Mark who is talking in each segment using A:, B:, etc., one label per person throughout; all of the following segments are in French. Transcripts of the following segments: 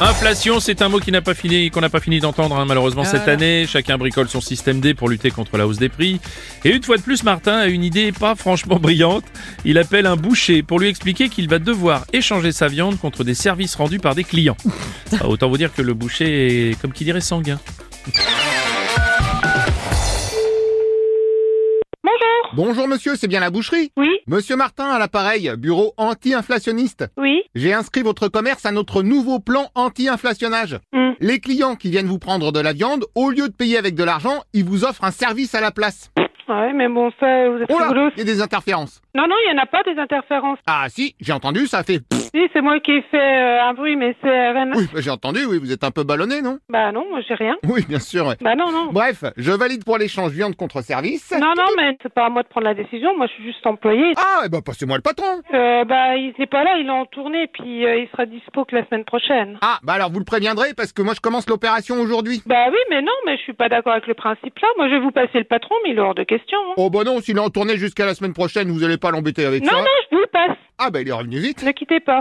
A: Inflation, c'est un mot qui n'a pas fini, qu'on n'a pas fini d'entendre hein, malheureusement cette année. Chacun bricole son système D pour lutter contre la hausse des prix. Et une fois de plus, Martin a une idée pas franchement brillante. Il appelle un boucher pour lui expliquer qu'il va devoir échanger sa viande contre des services rendus par des clients. Ah, Autant vous dire que le boucher est, comme qui dirait, sanguin.
B: Bonjour.
C: Bonjour monsieur, c'est bien la boucherie
B: Oui,
C: Monsieur Martin à l'appareil, bureau anti-inflationniste.
B: oui.
C: J'ai inscrit votre commerce à notre nouveau plan anti-inflationnage.
B: Mm.
C: Les clients qui viennent vous prendre de la viande, au lieu de payer avec de l'argent, ils vous offrent un service à la place.
B: Ah Ouais, mais bon, ça, vous êtes
C: Oh là,
B: rigolos.
C: il y a des interférences.
B: Non, non, il n'y en a pas des interférences.
C: Ah si, j'ai entendu, ça fait... pfff.
B: Si, c'est moi qui ai fait euh, un bruit, mais c'est RN.
C: Oui, bah, j'ai entendu, oui, vous êtes un peu ballonné, non
B: Bah non, moi j'ai rien.
C: Oui, bien sûr, ouais.
B: Bah non, non.
C: Bref, je valide pour l'échange viande contre service.
B: Non, non, mais c'est pas à moi de prendre la décision. Moi, je suis juste employé.
C: Ah, eh ben passez-moi le patron
B: Euh, bah, il n'est pas là, il est en tournée, puis euh, il sera dispo que la semaine prochaine.
C: Ah, bah alors vous le préviendrez parce que moi je commence l'opération aujourd'hui.
B: Bah oui, mais non, mais je suis pas d'accord avec le principe là. Moi, je vais vous passer le patron, mais il est hors de question. hein.
C: Oh bah non, s'il est en tournée jusqu'à la semaine prochaine, vous allez pas l'embêter avec
B: Non,
C: ça.
B: non, je vous le passe.
C: Ah bah il est revenu vite.
B: Ne quittez pas.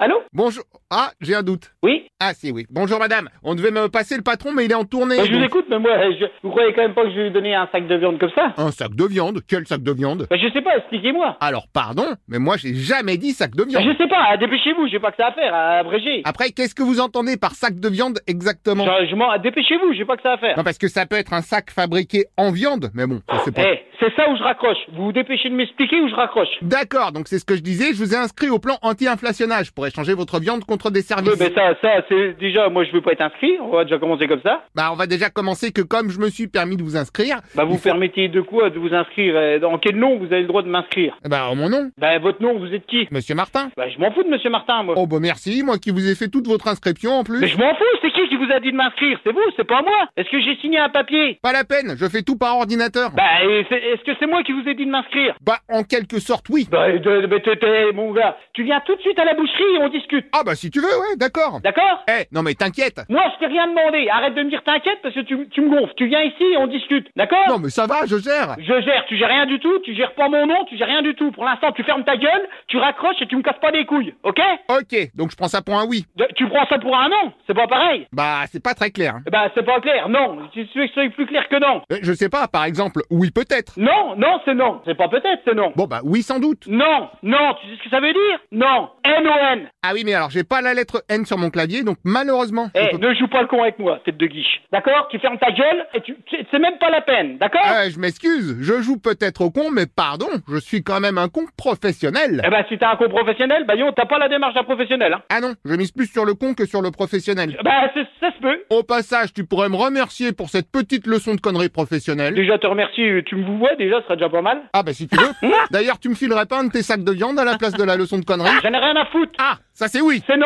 B: Allô
C: Bonjour. Ah, j'ai un doute.
D: Oui,
C: Ah si, oui. Bonjour madame. On devait me passer le patron mais il est en tournée.
D: bah, je vous
C: donc-
D: écoute, mais moi, euh, je... vous croyez quand même pas que je vais lui donner un sac de viande comme ça
C: Un sac de viande Quel sac de viande
D: bah, Je sais pas, expliquez-moi.
C: Alors pardon, mais moi j'ai jamais dit sac de
D: Bah,
C: viande.
D: je sais pas, dépêchez-vous, j'ai pas que ça à faire, à abréger.
C: Après, qu'est-ce que vous entendez par sac de viande exactement
D: Genre, je m'en... ah, Dépêchez-vous, j'ai pas que ça à faire.
C: Non, parce que ça peut être un sac fabriqué en viande, mais bon, ça, c'est
D: Eh,
C: pas...
D: c'est ça où je raccroche. Vous vous dépêchez de m'expliquer ou je raccroche
C: D'accord, donc c'est ce que je disais, je vous ai inscrit au plan anti-inflationnage pour échanger votre viande contre des services.
D: Oui, mais ça, ça, c'est déjà, moi je veux pas être inscrit, on va déjà commencer comme ça.
C: Bah, on va déjà commencer que comme je me suis permis de vous inscrire,
D: Bah vous
C: il faut-
D: permettez de quoi de vous inscrire euh, Dans quel nom vous avez le droit de m'inscrire
C: Bah, en mon nom,
D: Bah votre nom, vous êtes qui
C: Monsieur Martin.
D: Bah je m'en fous de Monsieur Martin, moi.
C: Oh, bah merci, moi qui vous ai fait toute votre inscription en plus.
D: Mais je m'en fous, c'est qui qui vous a dit de m'inscrire C'est vous, c'est pas moi. Est-ce que j'ai signé un papier
C: Pas la peine, je fais tout par ordinateur.
D: Bah et c'est- est-ce que c'est moi qui vous ai dit de m'inscrire
C: Bah, en quelque sorte, oui.
D: Bah, de- de- mais t'es- t'es- mon gars, tu viens tout de suite à la boucherie et on discute,
C: Ah, bah si tu veux, ouais, d'accord.
D: d'accord
C: Eh, non mais t'inquiète.
D: Moi, je t'ai rien demandé, arrête de me dire t'inquiète parce que tu, tu me gonfles. Tu viens ici et on discute, d'accord
C: Non mais ça va, je gère.
D: Je gère, tu gères rien du tout, tu gères pas mon nom, tu gères rien du tout. Pour l'instant, tu fermes ta gueule, tu raccroches et tu me casses pas les couilles, ok
C: Ok, donc je prends ça pour un oui.
D: De- Tu prends ça pour un non, c'est pas pareil
C: Bah, c'est pas très clair. hein.
D: Eh Ben, c'est pas clair, non, tu veux que ce soit plus clair que non
C: Euh, Je sais pas, par exemple, oui peut-être.
D: Non, non, c'est non, c'est pas peut-être, c'est non
C: Bon bah oui sans doute.
D: Non, non, tu sais ce que ça veut dire Non, N-O-N
C: Ah oui mais alors j'ai pas la lettre N sur mon clavier, donc malheureusement.
D: Eh,
C: je peux-
D: ne joue pas le con avec moi, tête de guiche. D'accord Tu fermes ta gueule et tu. C'est c'est même pas la peine, d'accord
C: Ah, je m'excuse, je joue peut-être au con, mais pardon, je suis quand même un con professionnel.
D: Eh ben, si t'es un con professionnel, bah yon, t'as pas la démarche d'un professionnel, hein.
C: Ah non, je mise plus sur le con que sur le professionnel.
D: Bah, c'est- ça se peut.
C: Au passage, tu pourrais me remercier pour cette petite leçon de connerie professionnelle.
D: Déjà, te remercie, tu me vous vois, déjà, ce serait déjà pas mal.
C: Ah bah si tu veux. D'ailleurs, tu me filerais pas un de tes sacs de viande à la place de la leçon de connerie
D: J'en ai rien à foutre.
C: Ah, ça c'est oui
D: C'est